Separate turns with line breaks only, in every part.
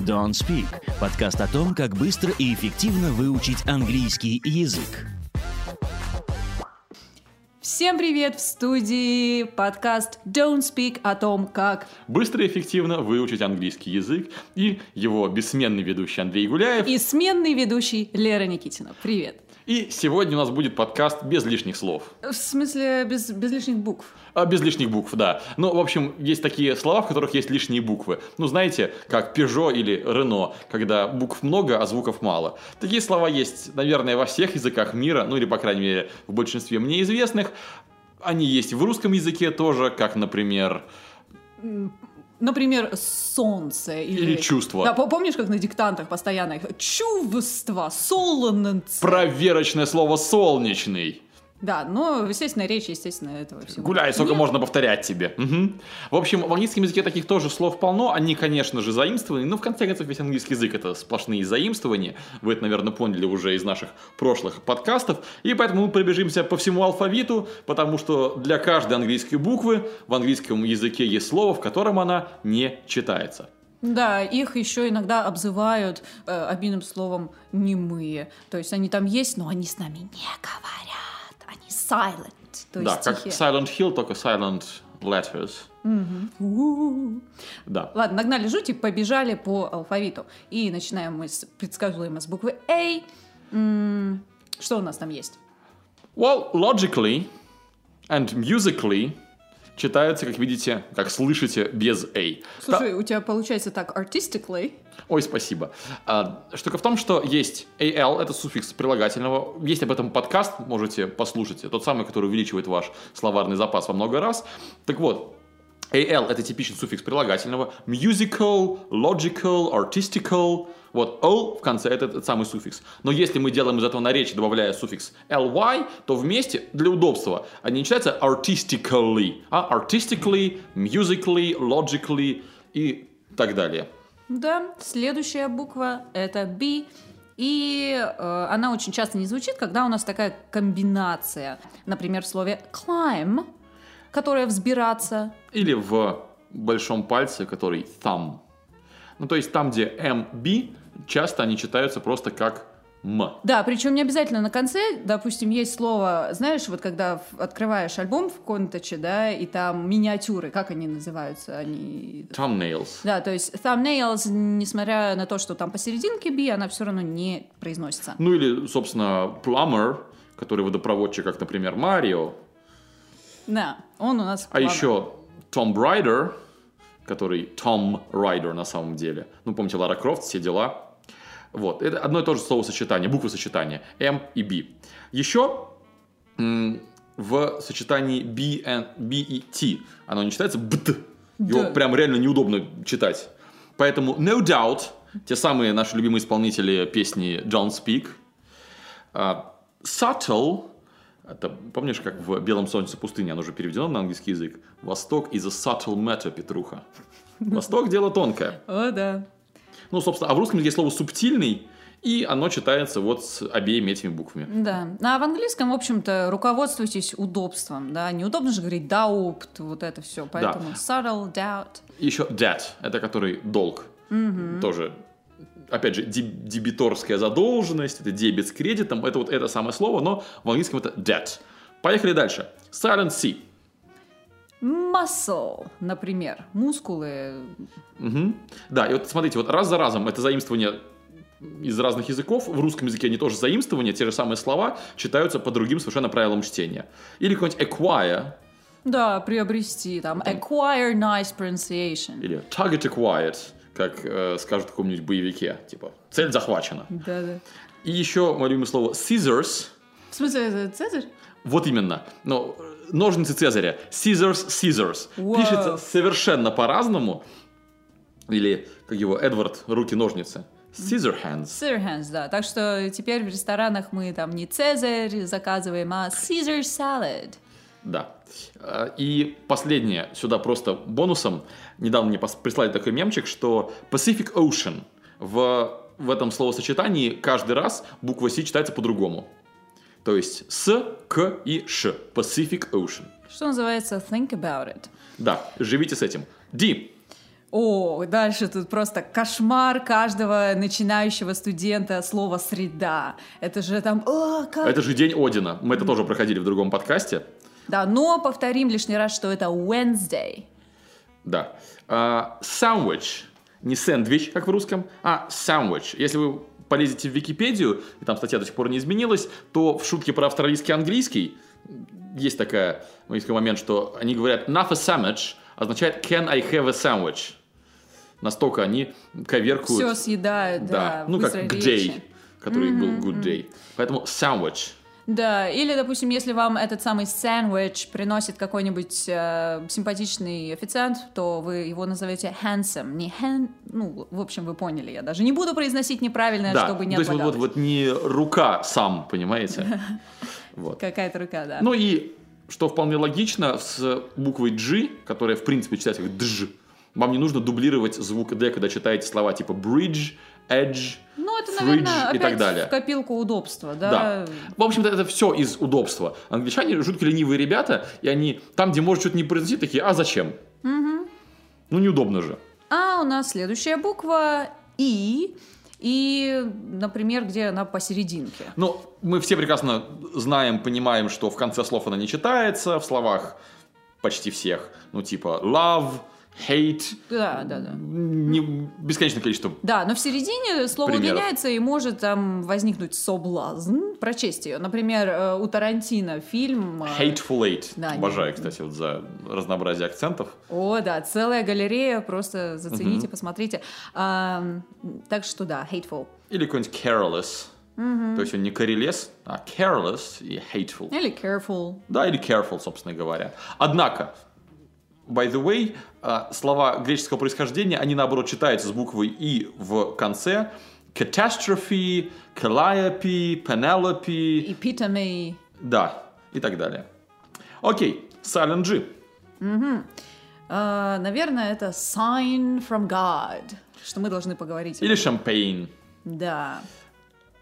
Don't Speak – подкаст о том, как быстро и эффективно выучить английский язык.
Всем привет! В студии подкаст Don't Speak о том, как...
Быстро и эффективно выучить английский язык и его бессменный ведущий Андрей Гуляев.
И сменный ведущий Лера Никитина. Привет!
И сегодня у нас будет подкаст без лишних слов.
В смысле, без, без лишних букв.
А, без лишних букв, да. Ну, в общем, есть такие слова, в которых есть лишние буквы. Ну, знаете, как Peugeot или Renault, когда букв много, а звуков мало. Такие слова есть, наверное, во всех языках мира, ну или, по крайней мере, в большинстве мне известных. Они есть в русском языке тоже, как, например,
Например, солнце. Или,
Или чувство.
Да, по- помнишь, как на диктантах постоянно их чувство, солнце.
проверочное слово «солнечный».
Да, но, естественно, речь, естественно, этого всего.
Гуляй, сколько
Нет,
можно повторять тебе. Мгм. В общем, в английском языке таких тоже слов полно. Они, конечно же, заимствованы, но в конце концов весь английский язык это сплошные заимствования. Вы это, наверное, поняли уже из наших прошлых подкастов. И поэтому мы пробежимся по всему алфавиту, потому что для каждой английской буквы в английском языке есть слово, в котором она не читается.
Да, их еще иногда обзывают э, обидным словом немые. То есть они там есть, но они с нами не говорят. Они silent. То
да,
есть
как
тихие.
Silent Hill, только Silent Letters.
У-у-у.
Да.
Ладно, нагнали жути, побежали по алфавиту. И начинаем мы с предсказуемо с буквы A. М, Что у нас там есть?
Well, logically and musically читаются, как видите, как слышите, без A.
Слушай, у тебя получается так artistically.
Та- Ой, спасибо. А, штука в том, что есть AL, это суффикс прилагательного. Есть об этом подкаст, можете послушать. Тот самый, который увеличивает ваш словарный запас во много раз. Так вот, AL это типичный суффикс прилагательного. Musical, logical, artistical. Вот all в конце это этот самый суффикс. Но если мы делаем из этого наречия, добавляя суффикс ly, то вместе для удобства они не читаются artistically, а artistically, musically, logically и так далее.
Да, следующая буква это B. И э, она очень часто не звучит, когда у нас такая комбинация. Например, в слове climb, которое взбираться.
Или в большом пальце, который thumb. Ну, то есть там, где MB, часто они читаются просто как М.
Да, причем не обязательно на конце, допустим, есть слово, знаешь, вот когда в- открываешь альбом в Контаче, да, и там миниатюры, как они называются, они...
Thumbnails.
Да, то есть thumbnails, несмотря на то, что там посерединке B, она все равно не произносится.
Ну или, собственно, plumber, который водопроводчик, как, например, Марио.
Да, он у нас...
А
плавно.
еще Tom Raider, который Tom Raider на самом деле. Ну, помните, Лара Крофт, все дела. Вот, это одно и то же словосочетание, буквы сочетания, M и B. Еще м, в сочетании B, and, B и T оно не читается бт. Его
Да.
прям реально неудобно читать. Поэтому No Doubt, те самые наши любимые исполнители песни Don't Speak, а, Subtle, это, помнишь, как в «Белом солнце пустыни» оно же переведено на английский язык? «Восток is a subtle matter, Петруха». «Восток – дело тонкое».
О, да.
Ну, собственно, а в русском языке слово «субтильный», и оно читается вот с обеими этими буквами.
Да. А в английском, в общем-то, руководствуйтесь удобством, да. Неудобно же говорить даупт, вот это все. Поэтому subtle, doubt.
Еще «debt» — это который долг. Тоже, опять же, деб- дебиторская задолженность, это дебет с кредитом, это вот это самое слово, но в английском это «debt». Поехали дальше. Silent C.
Muscle, например. Мускулы.
Мгм. Да, и вот смотрите, вот раз за разом это заимствование из разных языков, в русском языке они тоже заимствования, те же самые слова читаются по другим совершенно правилам чтения. Или какой-нибудь acquire,
Да, приобрести, там, acquire nice pronunciation.
или target acquired, как э, скажут в каком-нибудь боевике, типа цель захвачена.
Да-да.
И еще мое любимое слово scissors,
В смысле, это Цезарь?
вот именно, но э, ножницы Цезаря, scissors, scissors,
Вау.
пишется совершенно по-разному, или, как его, Эдвард, руки-ножницы, scissor hands.
Caesar hands, да. Так что теперь в ресторанах мы там не Цезарь заказываем, а Caesar salad.
Да. Э, И последнее, сюда просто бонусом. Недавно мне пос- прислали такой мемчик, что Pacific Ocean в, в этом словосочетании каждый раз буква С читается по-другому. То есть С, К и Ш. Pacific Ocean.
Что называется think about it.
Да, живите с этим. Ди.
О, дальше тут просто кошмар каждого начинающего студента слово «среда». Это же там... «О, как
Это же день Одина. Мы это тоже проходили в другом подкасте.
Да, но повторим лишний раз, что это Wednesday.
Да. А, Сандвич. Не сэндвич, как в русском, а сандвич. Если вы полезете в Википедию, и там статья до сих пор не изменилась, то в шутке про австралийский и английский есть такая, ну, есть такой момент, что они говорят «Not a sandwich» означает «Can I have a sandwich?» Настолько они коверкуют.
Все съедают, да.
Ну, как
быстрой
«good
речи.
day», который был «good day». Поэтому «sandwich».
Да, или, допустим, если вам этот самый сэндвич приносит какой-нибудь э, симпатичный официант, то вы его назовете handsome, не хэн... Ну, в общем, вы поняли, я даже не буду произносить неправильно,
да.
чтобы не
То есть вот, вот,
отлагалось.
вот не рука сам, понимаете? Вот.
Какая-то рука, да.
Ну и, что вполне логично, с буквой G, которая в принципе читается как дж, вам не нужно дублировать звук D, когда читаете слова типа bridge, edge.
Ну, это,
fridge
наверное,
и
опять
так далее.
в копилку удобства, да?
Да. В общем-то, это все из удобства. Англичане жутко ленивые ребята, и они там, где может что-то не произнести, такие, а зачем? Ну, неудобно же.
А у нас следующая буква И. И, например, где она посерединке.
Но мы все прекрасно знаем, понимаем, что в конце слов она не читается, в словах почти всех. Ну, типа love, hate,
Да, да, да.
не- бесконечное количество
Да, но в середине слово
Примеров.
удлиняется и может там возникнуть соблазн. Прочесть ее. Например, э, у Тарантино фильм... э,
Hateful Eight.
Да, не-
Обожаю, кстати, вот за разнообразие акцентов.
О, да, целая галерея, просто зацените, посмотрите. А, м, так что да, hateful.
Или какой-нибудь Careless. То есть он не Careless, а Careless и Hateful.
Или careful.
Да, или Careful, собственно говоря. Однако, by the way, а, слова греческого происхождения, они наоборот читаются с буквой «и» в конце. Catastrophe, Calliope, Penelope,
Epitome.
да, и так далее. Окей, Silent G.
А, наверное, это sign from God, что мы должны поговорить.
Или Champagne.
Да.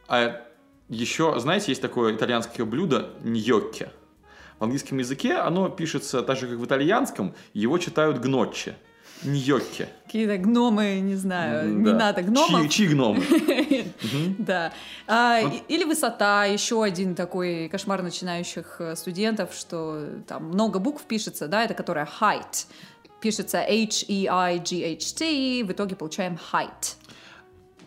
А еще, знаете, есть такое итальянское блюдо ньокке. В английском языке оно пишется так же, как в итальянском, его читают гнотче. Ньокке.
Какие-то гномы, не знаю, не
Да.
надо гномов.
Чьи, чьи гномы?
Да. А, и- Или высота, еще один такой кошмар начинающих э, студентов, что там много букв пишется, да, это которая height. Пишется E H-E-I-G-H-T, и в итоге получаем height.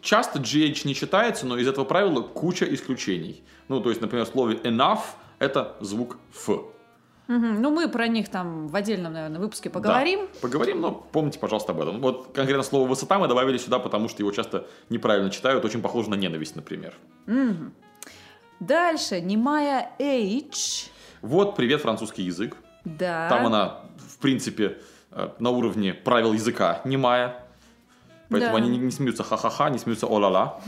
Часто GH не читается, но из этого правила куча исключений. Ну, то есть, например, в слове enough это звук Ф.
Мгм. Ну, мы про них там в отдельном, наверное, выпуске
Да.
поговорим.
Поговорим, но помните, пожалуйста, об этом. Вот конкретно слово высота мы добавили сюда, потому что его часто неправильно читают, очень похоже на ненависть, например.
Дальше, немая H.
Вот привет французский язык.
Да.
Там она, в принципе, э, на уровне правил языка немая. Поэтому
Да.
они не- не смеются ха-ха-ха, не смеются о-ла-ла.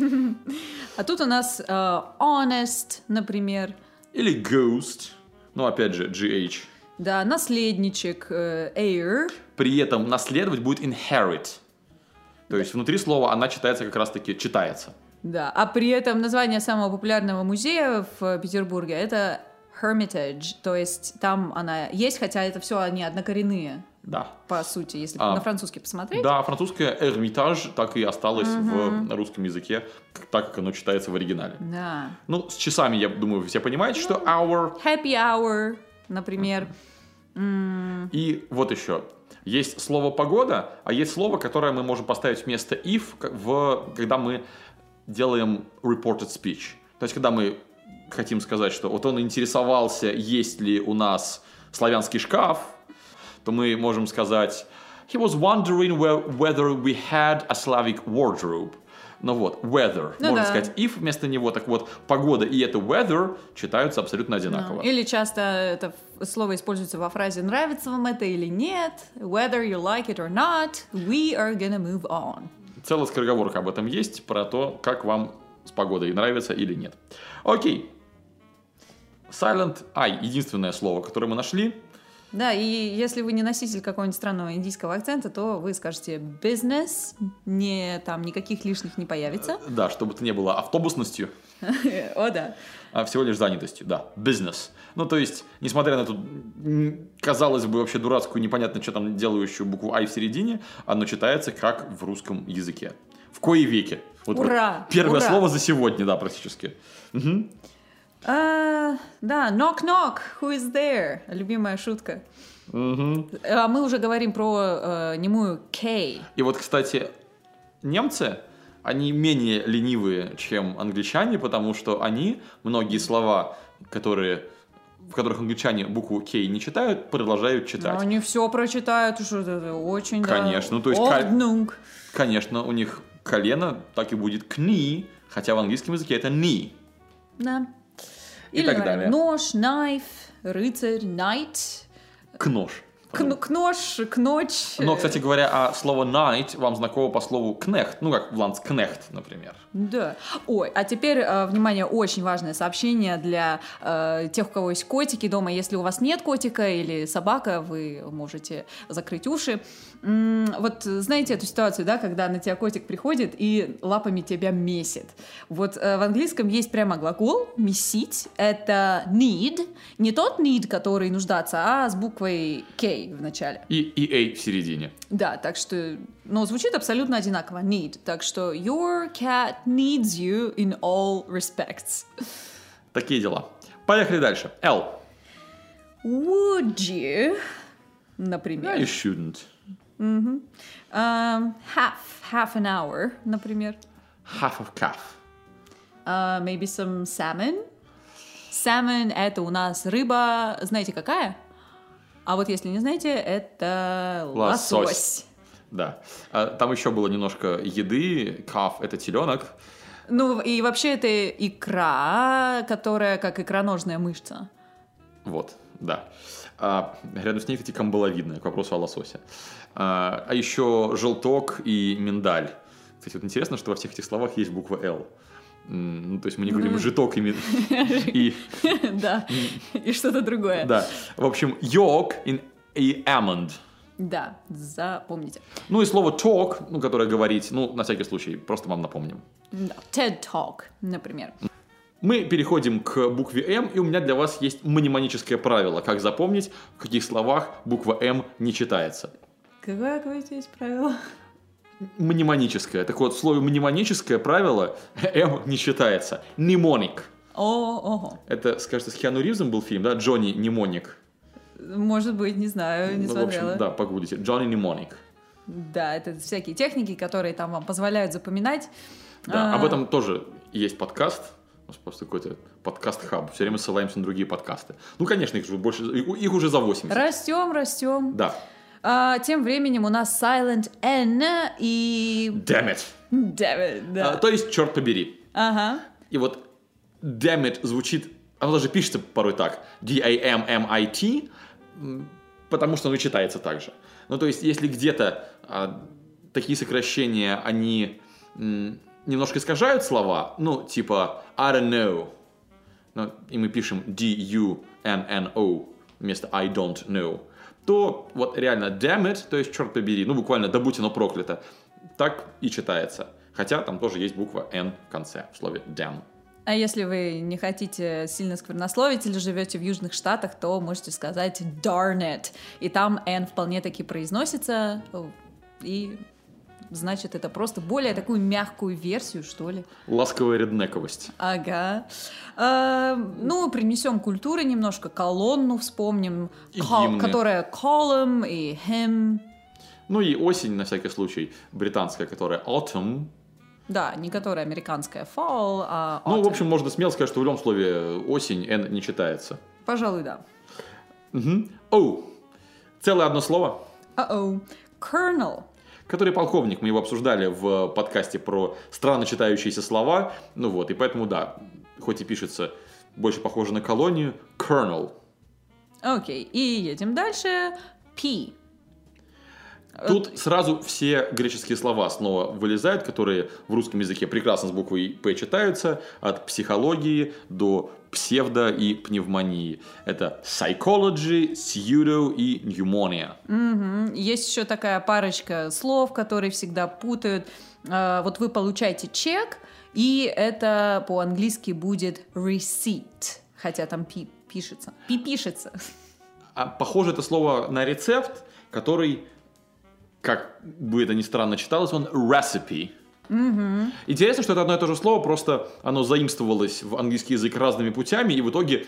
А тут у нас э, honest, например.
Или ghost. Ну, опять же, GH.
Да, наследничек, э, heir.
При этом наследовать будет inherit. То есть внутри слова она читается как раз-таки читается.
Да, а при этом название самого популярного музея в э, Петербурге это Hermitage, то есть там она есть, хотя это все они однокоренные,
Да.
по сути, если
А.
на французский посмотреть.
Да, французское эрмитаж так и осталось в русском языке, к- так как оно читается в оригинале.
Да.
Ну, с часами, я думаю, вы все
Ну
понимаете, что hour
Happy hour, например.
И вот еще. Есть слово «погода», а есть слово, которое мы можем поставить вместо «if», к- в, когда мы делаем reported speech. То есть, когда мы хотим сказать, что вот он интересовался, есть ли у нас славянский шкаф, то мы можем сказать «He was wondering whe- whether we had a Slavic wardrobe». Ну вот, weather.
Ну
Можно
да.
сказать if вместо него. Так вот, погода и это weather читаются абсолютно одинаково.
Или часто это ф- слово используется во фразе «нравится вам это или нет», «whether you like it or not, we are gonna move on».
Целая скороговорка об этом есть, про то, как вам с погодой нравится или нет. Окей. Silent I, единственное слово, которое мы нашли.
Да, и если вы не носитель какого-нибудь странного индийского акцента, то вы скажете «бизнес», не, там никаких лишних не появится.
Да, чтобы это не было автобусностью,
О, да.
а всего лишь занятостью, да, бизнес. Ну, то есть, несмотря на эту, м, казалось бы, вообще дурацкую, непонятно, что там делающую букву «ай» в середине, оно читается как в русском языке. В кое веке. Вот, вот
Ура!
первое
Ура!
слово за сегодня, да, практически. Мгм.
А, да, «knock-knock», «who is there?» Любимая шутка.
Мгм.
А мы уже говорим про э, немую «кей».
И вот, кстати, немцы, они менее ленивые, чем англичане, потому что они многие слова, которые, в которых англичане букву «кей» не читают, продолжают
Да,
читать.
они все прочитают, что это очень, да.
Конечно, ну, то есть ка-
«Ordnung».
Конечно, у них колено так и будет «кни», хотя в английском языке это «ни».
Да.
И
Или
так
говорим
далее.
Нож, найф, рыцарь, найт,
«Кнош».
кн- кнош, кноч.
Но, Ну. кстати говоря, а слово «night» вам знакомо по слову «кнехт», ну, как в «ланскнехт», например.
Да. Ой, а теперь, э, внимание, очень важное сообщение для э, тех, у кого есть котики дома. Если у вас нет котика или собака, вы можете закрыть уши. М, вот э, знаете эту ситуацию, да, когда на тебя котик приходит и лапами тебя месит. Вот э, в английском есть прямо глагол «месить». Это need. Не тот need, который нуждаться, а с буквой K в начале.
И «ea» в середине.
Да, так что, но звучит абсолютно одинаково. Need. Так что your cat needs you in all respects.
Такие дела. Поехали дальше. «L».
Would you, например,
You shouldn't.
um, half half an hour, например,
Half of calf.
Uh, maybe some salmon. Salmon это у нас рыба, знаете какая? А вот если не знаете, это
Лосось.
лосось.
Да. А, Там еще было немножко еды. Каф – это теленок.
Ну и вообще это икра, которая как икроножная мышца.
Вот, да. А, рядом с ней, кстати, камбаловидная, к вопросу о лососе. А, а еще желток и миндаль. Кстати, вот интересно, что во всех этих словах есть буква «Л». М, Ну, то есть мы не говорим «житок» и, мин- и
Да, и что-то другое.
да. В общем, «йог» и- и «амонд».
Да, запомните.
Ну и слово «talk», ну, которое говорить, ну, на всякий случай, просто вам напомним.
Да, TED Talk, например.
Мы переходим к букве М, и у меня для вас есть мнемоническое правило, как запомнить, в каких словах буква М не читается.
Какое, какое здесь правило?
Мнемоническое. Так вот, в слове мнемоническое правило М не читается. Немоник.
О, ого.
Это, скажется, с Хиану Ривзом был фильм, да? Джонни Немоник.
Может быть, не знаю, не
Ну, в
смотрела.
общем, да, погуглите. Джонни Немоник.
Да, это всякие техники, которые там вам позволяют запоминать.
Да,
А.
об этом тоже есть подкаст. У нас просто какой-то подкаст-хаб. Все время ссылаемся на другие подкасты. Ну, конечно, их, же больше, их уже за 80.
Растем, растем.
Да.
А, тем временем у нас Silent N и...
Damn it.
Дэвид,
А,
да.
то есть, черт побери.
Ага.
И вот damn it звучит, оно даже пишется порой так, D-A-M-M-I-T, м, потому что оно и читается так же. Ну, то есть, если где-то а, такие сокращения, они м, немножко искажают слова, ну, типа I don't know, ну, и мы пишем D-U-N-N-O вместо I don't know, то вот реально damn it, то есть черт побери, ну буквально да будь оно проклято, так и читается. Хотя там тоже есть буква N в конце в слове damn.
А если вы не хотите сильно сквернословить или живете в Южных Штатах, то можете сказать darn it. И там N вполне таки произносится, и значит, это просто более такую мягкую версию, что ли.
Ласковая реднековость.
Ага. Э, ну, принесем культуры немножко, колонну вспомним,
И
ко-
гимны.
которая column и hymn.
Ну и осень, на всякий случай, британская, которая autumn.
Да, не которая американская fall, а
Ну, в
autumn.
общем, можно смело сказать, что в любом слове э, осень N не читается.
Пожалуй, да.
Мгм. Оу. Целое одно слово.
Uh-oh. Colonel.
который полковник, мы его обсуждали в э, подкасте про странно читающиеся слова, ну вот, и поэтому, да, хоть и пишется больше похоже на колонию, colonel.
Окей, и едем дальше. P.
Тут сразу все греческие слова снова вылезают, которые в русском языке прекрасно с буквой «п» читаются, от психологии до псевдо и пневмонии. Это psychology, pseudo и pneumonia.
Мгм. Есть еще такая парочка слов, которые всегда путают. Э, Вот вы получаете чек, и это по-английски будет receipt, хотя там пи пишется. Пи пишется.
А похоже это слово на рецепт, который, как бы это ни странно читалось, он recipe. Интересно, что это одно и то же слово, просто оно заимствовалось в английский язык разными путями, и в итоге,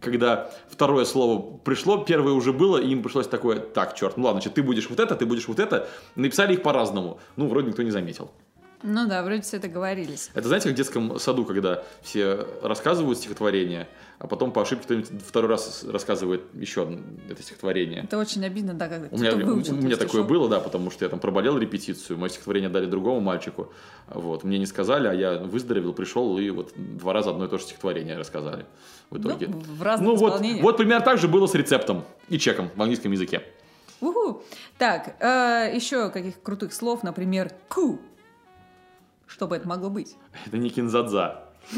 когда второе слово пришло, первое уже было, и им пришлось такое, так, черт, ну ладно, значит, ты будешь вот это, ты будешь вот это, написали их по-разному, ну, вроде никто не заметил.
Ну да, вроде все договорились.
Это знаете, как в детском саду, когда все рассказывают стихотворение, а потом по ошибке кто-нибудь второй раз рассказывает еще одно это стихотворение.
Это очень обидно, да, когда
У меня,
кто-то выучил,
у меня
ты
такое
слышал?
было, да, потому что я там проболел репетицию, мое стихотворение дали другому мальчику, вот, мне не сказали, а я выздоровел, пришел, и вот два раза одно и то же стихотворение рассказали в
Ну,
итоге.
в разных
вот,
исполнениях.
вот примерно так же было с рецептом и чеком в английском языке.
Уху. Так, э, еще каких крутых слов, например, ку. Что бы это могло быть?
Это не кинзадза.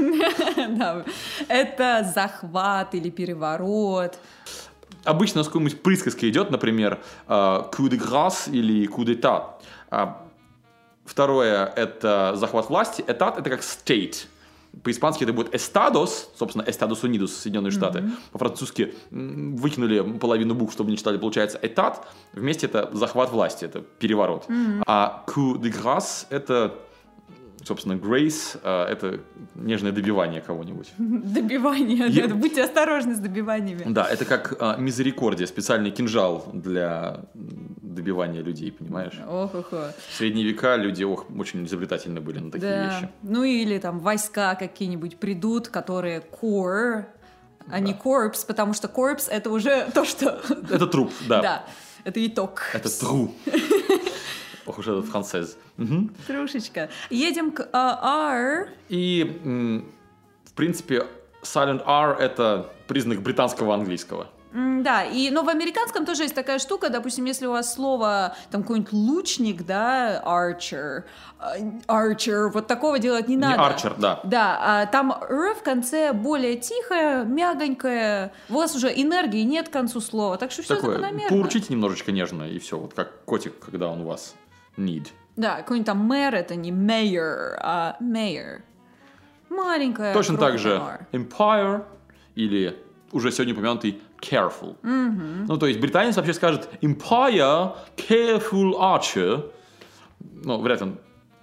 Да, Это захват или переворот.
Обычно у нас какой-нибудь присказка идет, например, э, coup de grâce или coup d'état. А Второе – это захват власти. Этат – это как state. По-испански это будет estados, собственно, Estados Unidos, Соединенные Штаты. По-французски м, выкинули половину букв, чтобы не читали, получается этат. Вместе это захват власти, это переворот. А coup de grâce – это, собственно, grace, а, это нежное добивание кого-нибудь.
Добивание.
Я-
да, Будьте осторожны с добиваниями.
Да, это как а, мизерикордия, специальный кинжал для м, добивания людей, понимаешь?
Ох, ох, ох.
В средние века люди ох, очень изобретательны были на такие
Да.
вещи.
Ну или там войска какие-нибудь придут, которые core, а не корпс, потому что корпс это уже то, что...
Это труп, да.
Да, это итог.
Это тру. Похоже, этот францез. Мгм.
Трушечка. Едем к а, R.
И, м, в принципе, silent R — это признак британского английского.
М, Да, и, но в американском тоже есть такая штука, допустим, если у вас слово, там, какой-нибудь лучник, да, archer, э, archer, вот такого делать не
Не
надо.
арчер, да.
Да, а там «р» в конце более тихое, мягонькое. У вас уже энергии нет к концу слова, так что все
Такое,
закономерно.
поурчите немножечко нежно, и все, вот как котик, когда он вас need.
Да, какой-нибудь там мэр это не mayor, а mayor. Маленькая.
Точно так же
крохотная «р».
Empire или уже сегодня упомянутый Careful. Ну, то есть британец вообще скажет Empire, Careful Archer. Ну, вряд ли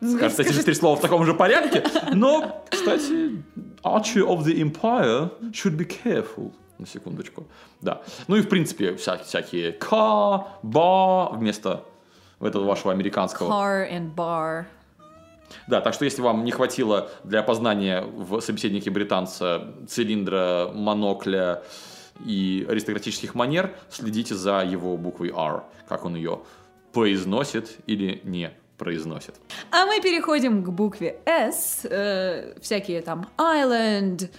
он скажет эти же три слова в таком же порядке, но, кстати, Archer of the Empire should be careful. На секундочку. Да. Ну и, в принципе, вся- всякие car, bar вместо этого вашего американского.
Car and bar.
Да, так что если вам не хватило для опознания в собеседнике британца цилиндра, монокля и аристократических манер, следите за его буквой R, как он ее произносит или не произносит.
А мы переходим к букве S. э, всякие там island.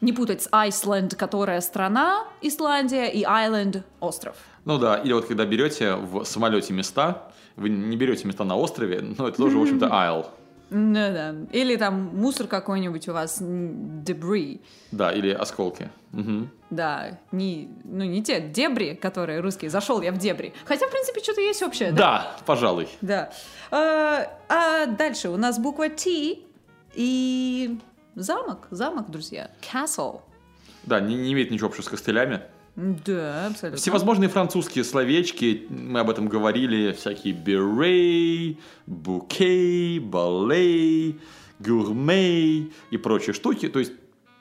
Не путать с Iceland, которая страна, Исландия, и island – остров.
Ну да, или вот когда берете в самолете места, вы не берете места на острове, но это тоже, в общем-то, айл.
Ну да. Или там мусор какой-нибудь у вас, м, debris.
Да, или осколки. Мгм.
Да, не, ну не те дебри, которые русские. Зашел я в дебри. Хотя, в принципе, что-то есть общее, да?
Да, пожалуй.
Да. А, а дальше у нас буква T и замок, замок, друзья. Castle.
Да, не, не имеет ничего общего с костылями.
Да, абсолютно.
Всевозможные французские словечки, мы об этом говорили, всякие берей, букей, балей, гурмей и прочие штуки. То есть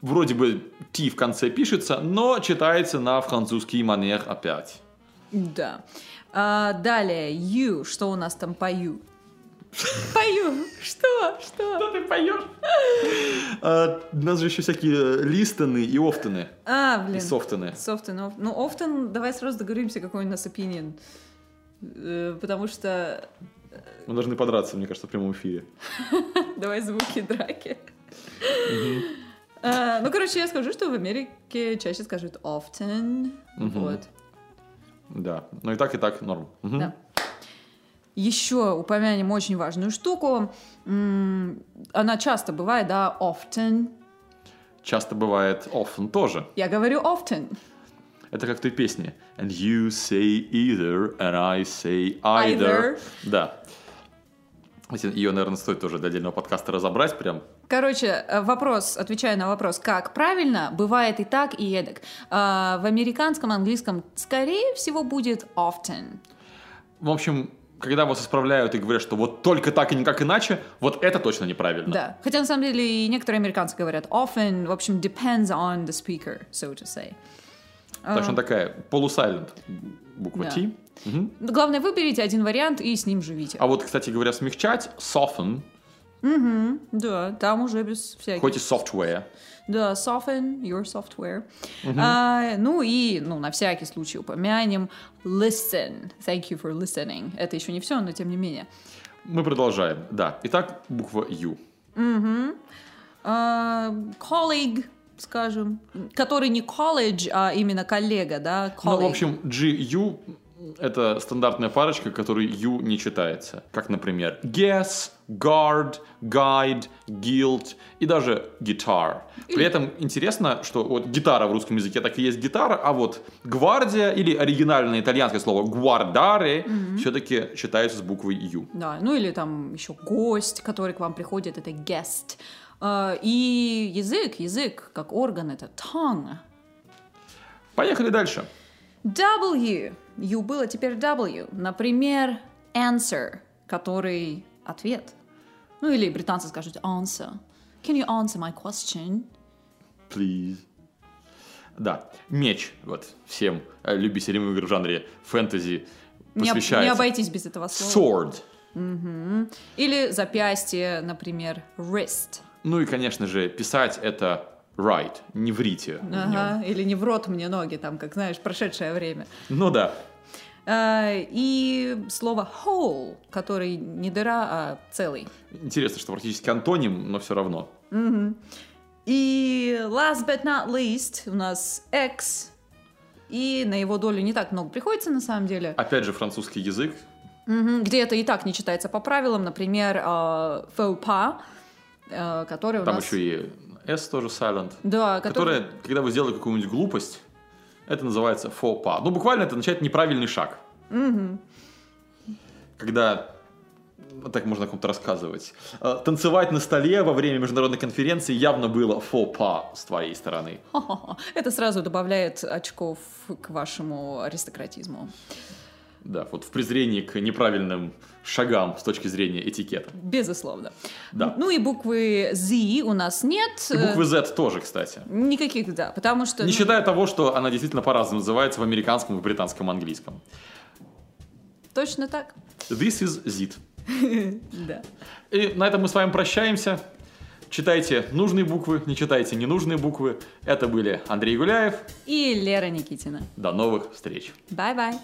вроде бы ти в конце пишется, но читается на французский манер опять.
Да. А, далее, you. Что у нас там по you? По you. Что? Что?
ты поешь? А, у нас же еще всякие листоны и офтаны,
А, блин.
и софтаны.
Soft and off. Ну, often, давай сразу договоримся, какой у нас opinion. Э, Потому что...
Мы должны подраться, мне кажется, в прямом эфире.
Давай звуки драки. А, Ну, короче, я скажу, что в Америке чаще скажут often.
Мгм.
Вот.
Да, ну и так, и так норм. Мгм.
Да. Еще упомянем очень важную штуку. М, Она часто бывает, да, often.
Часто бывает often тоже.
Я говорю often.
Это как в той песне. And you say either, and I say either.
Either.
Да. Ее, наверное, стоит тоже для отдельного подкаста разобрать прям.
Короче, э, вопрос, отвечаю на вопрос, как правильно, бывает и так, и эдак. А, В американском, английском, скорее всего, будет often.
В общем, когда вас исправляют и говорят, что вот только так и никак иначе, вот это точно неправильно.
Да. Хотя, на самом деле, и некоторые американцы говорят often, в общем, depends on the speaker, so to say.
Так что она такая полусайлент. Буква
Да.
T. Мгм.
Главное, выберите один вариант и с ним живите.
А вот, кстати говоря, смягчать soften,
Да, там уже без всяких.
хоть и software.
Да, soften your software. А, ну и, ну, на всякий случай упомянем listen. Thank you for listening. Это еще не все, но тем не менее.
Мы продолжаем. Да. Итак, буква U.
А, colleague, скажем, который не college, а именно коллега, да,
Ну,
colleague.
в общем, GU — это стандартная парочка, которой U не читается. Как, например, guess, guard, guide, guilt и даже guitar. При этом интересно, что вот гитара в русском языке так и есть гитара, а вот гвардия или оригинальное итальянское слово guardare все-таки читается с буквой U.
Да, ну или там еще гость, который к вам приходит, это guest. А, И язык, язык как орган, это tongue.
Поехали дальше.
W. U было теперь W. Например, answer, который ответ. Ну или британцы скажут answer. Can you answer my question?
Please. Да, меч, вот, всем э, любителям игр в жанре фэнтези
Не, об- не
посвящается.
обойтись без этого слова.
Sword.
Или запястье, например, wrist.
Ну и, конечно же, писать это right, не врите. в нём.
Ага, или не в рот мне ноги, там, как знаешь, прошедшее время.
Ну да.
А, И слово whole, который не дыра, а целый.
Интересно, что практически антоним, но все равно.
И last but not least у нас X. И на его долю не так много приходится, на самом деле.
Опять же, французский язык.
Мгм, Где это и так не читается по правилам. Например, э, faux pas, э, который у
Там
нас...
еще и S тоже silent.
Да, который...
Которая, когда вы сделали какую-нибудь глупость, это называется фопа. Ну, буквально это означает неправильный шаг. Когда ну, так можно о ком-то рассказывать. Э, Танцевать на столе во время международной конференции явно было фопа с твоей стороны.
Это сразу добавляет очков к вашему аристократизму.
Да, вот в презрении к неправильным шагам с точки зрения этикета.
Безусловно.
Да.
Ну и буквы Z у нас нет.
И буквы Z тоже, кстати.
Э, Никаких, да, потому что...
Не
ну,
считая того, что она действительно по-разному называется в американском и британском английском.
Точно так.
This is zit.
Да.
И на этом мы с вами прощаемся. Читайте нужные буквы, не читайте ненужные буквы. Это были Андрей Гуляев.
И Лера Никитина.
До новых встреч.
Bye bye.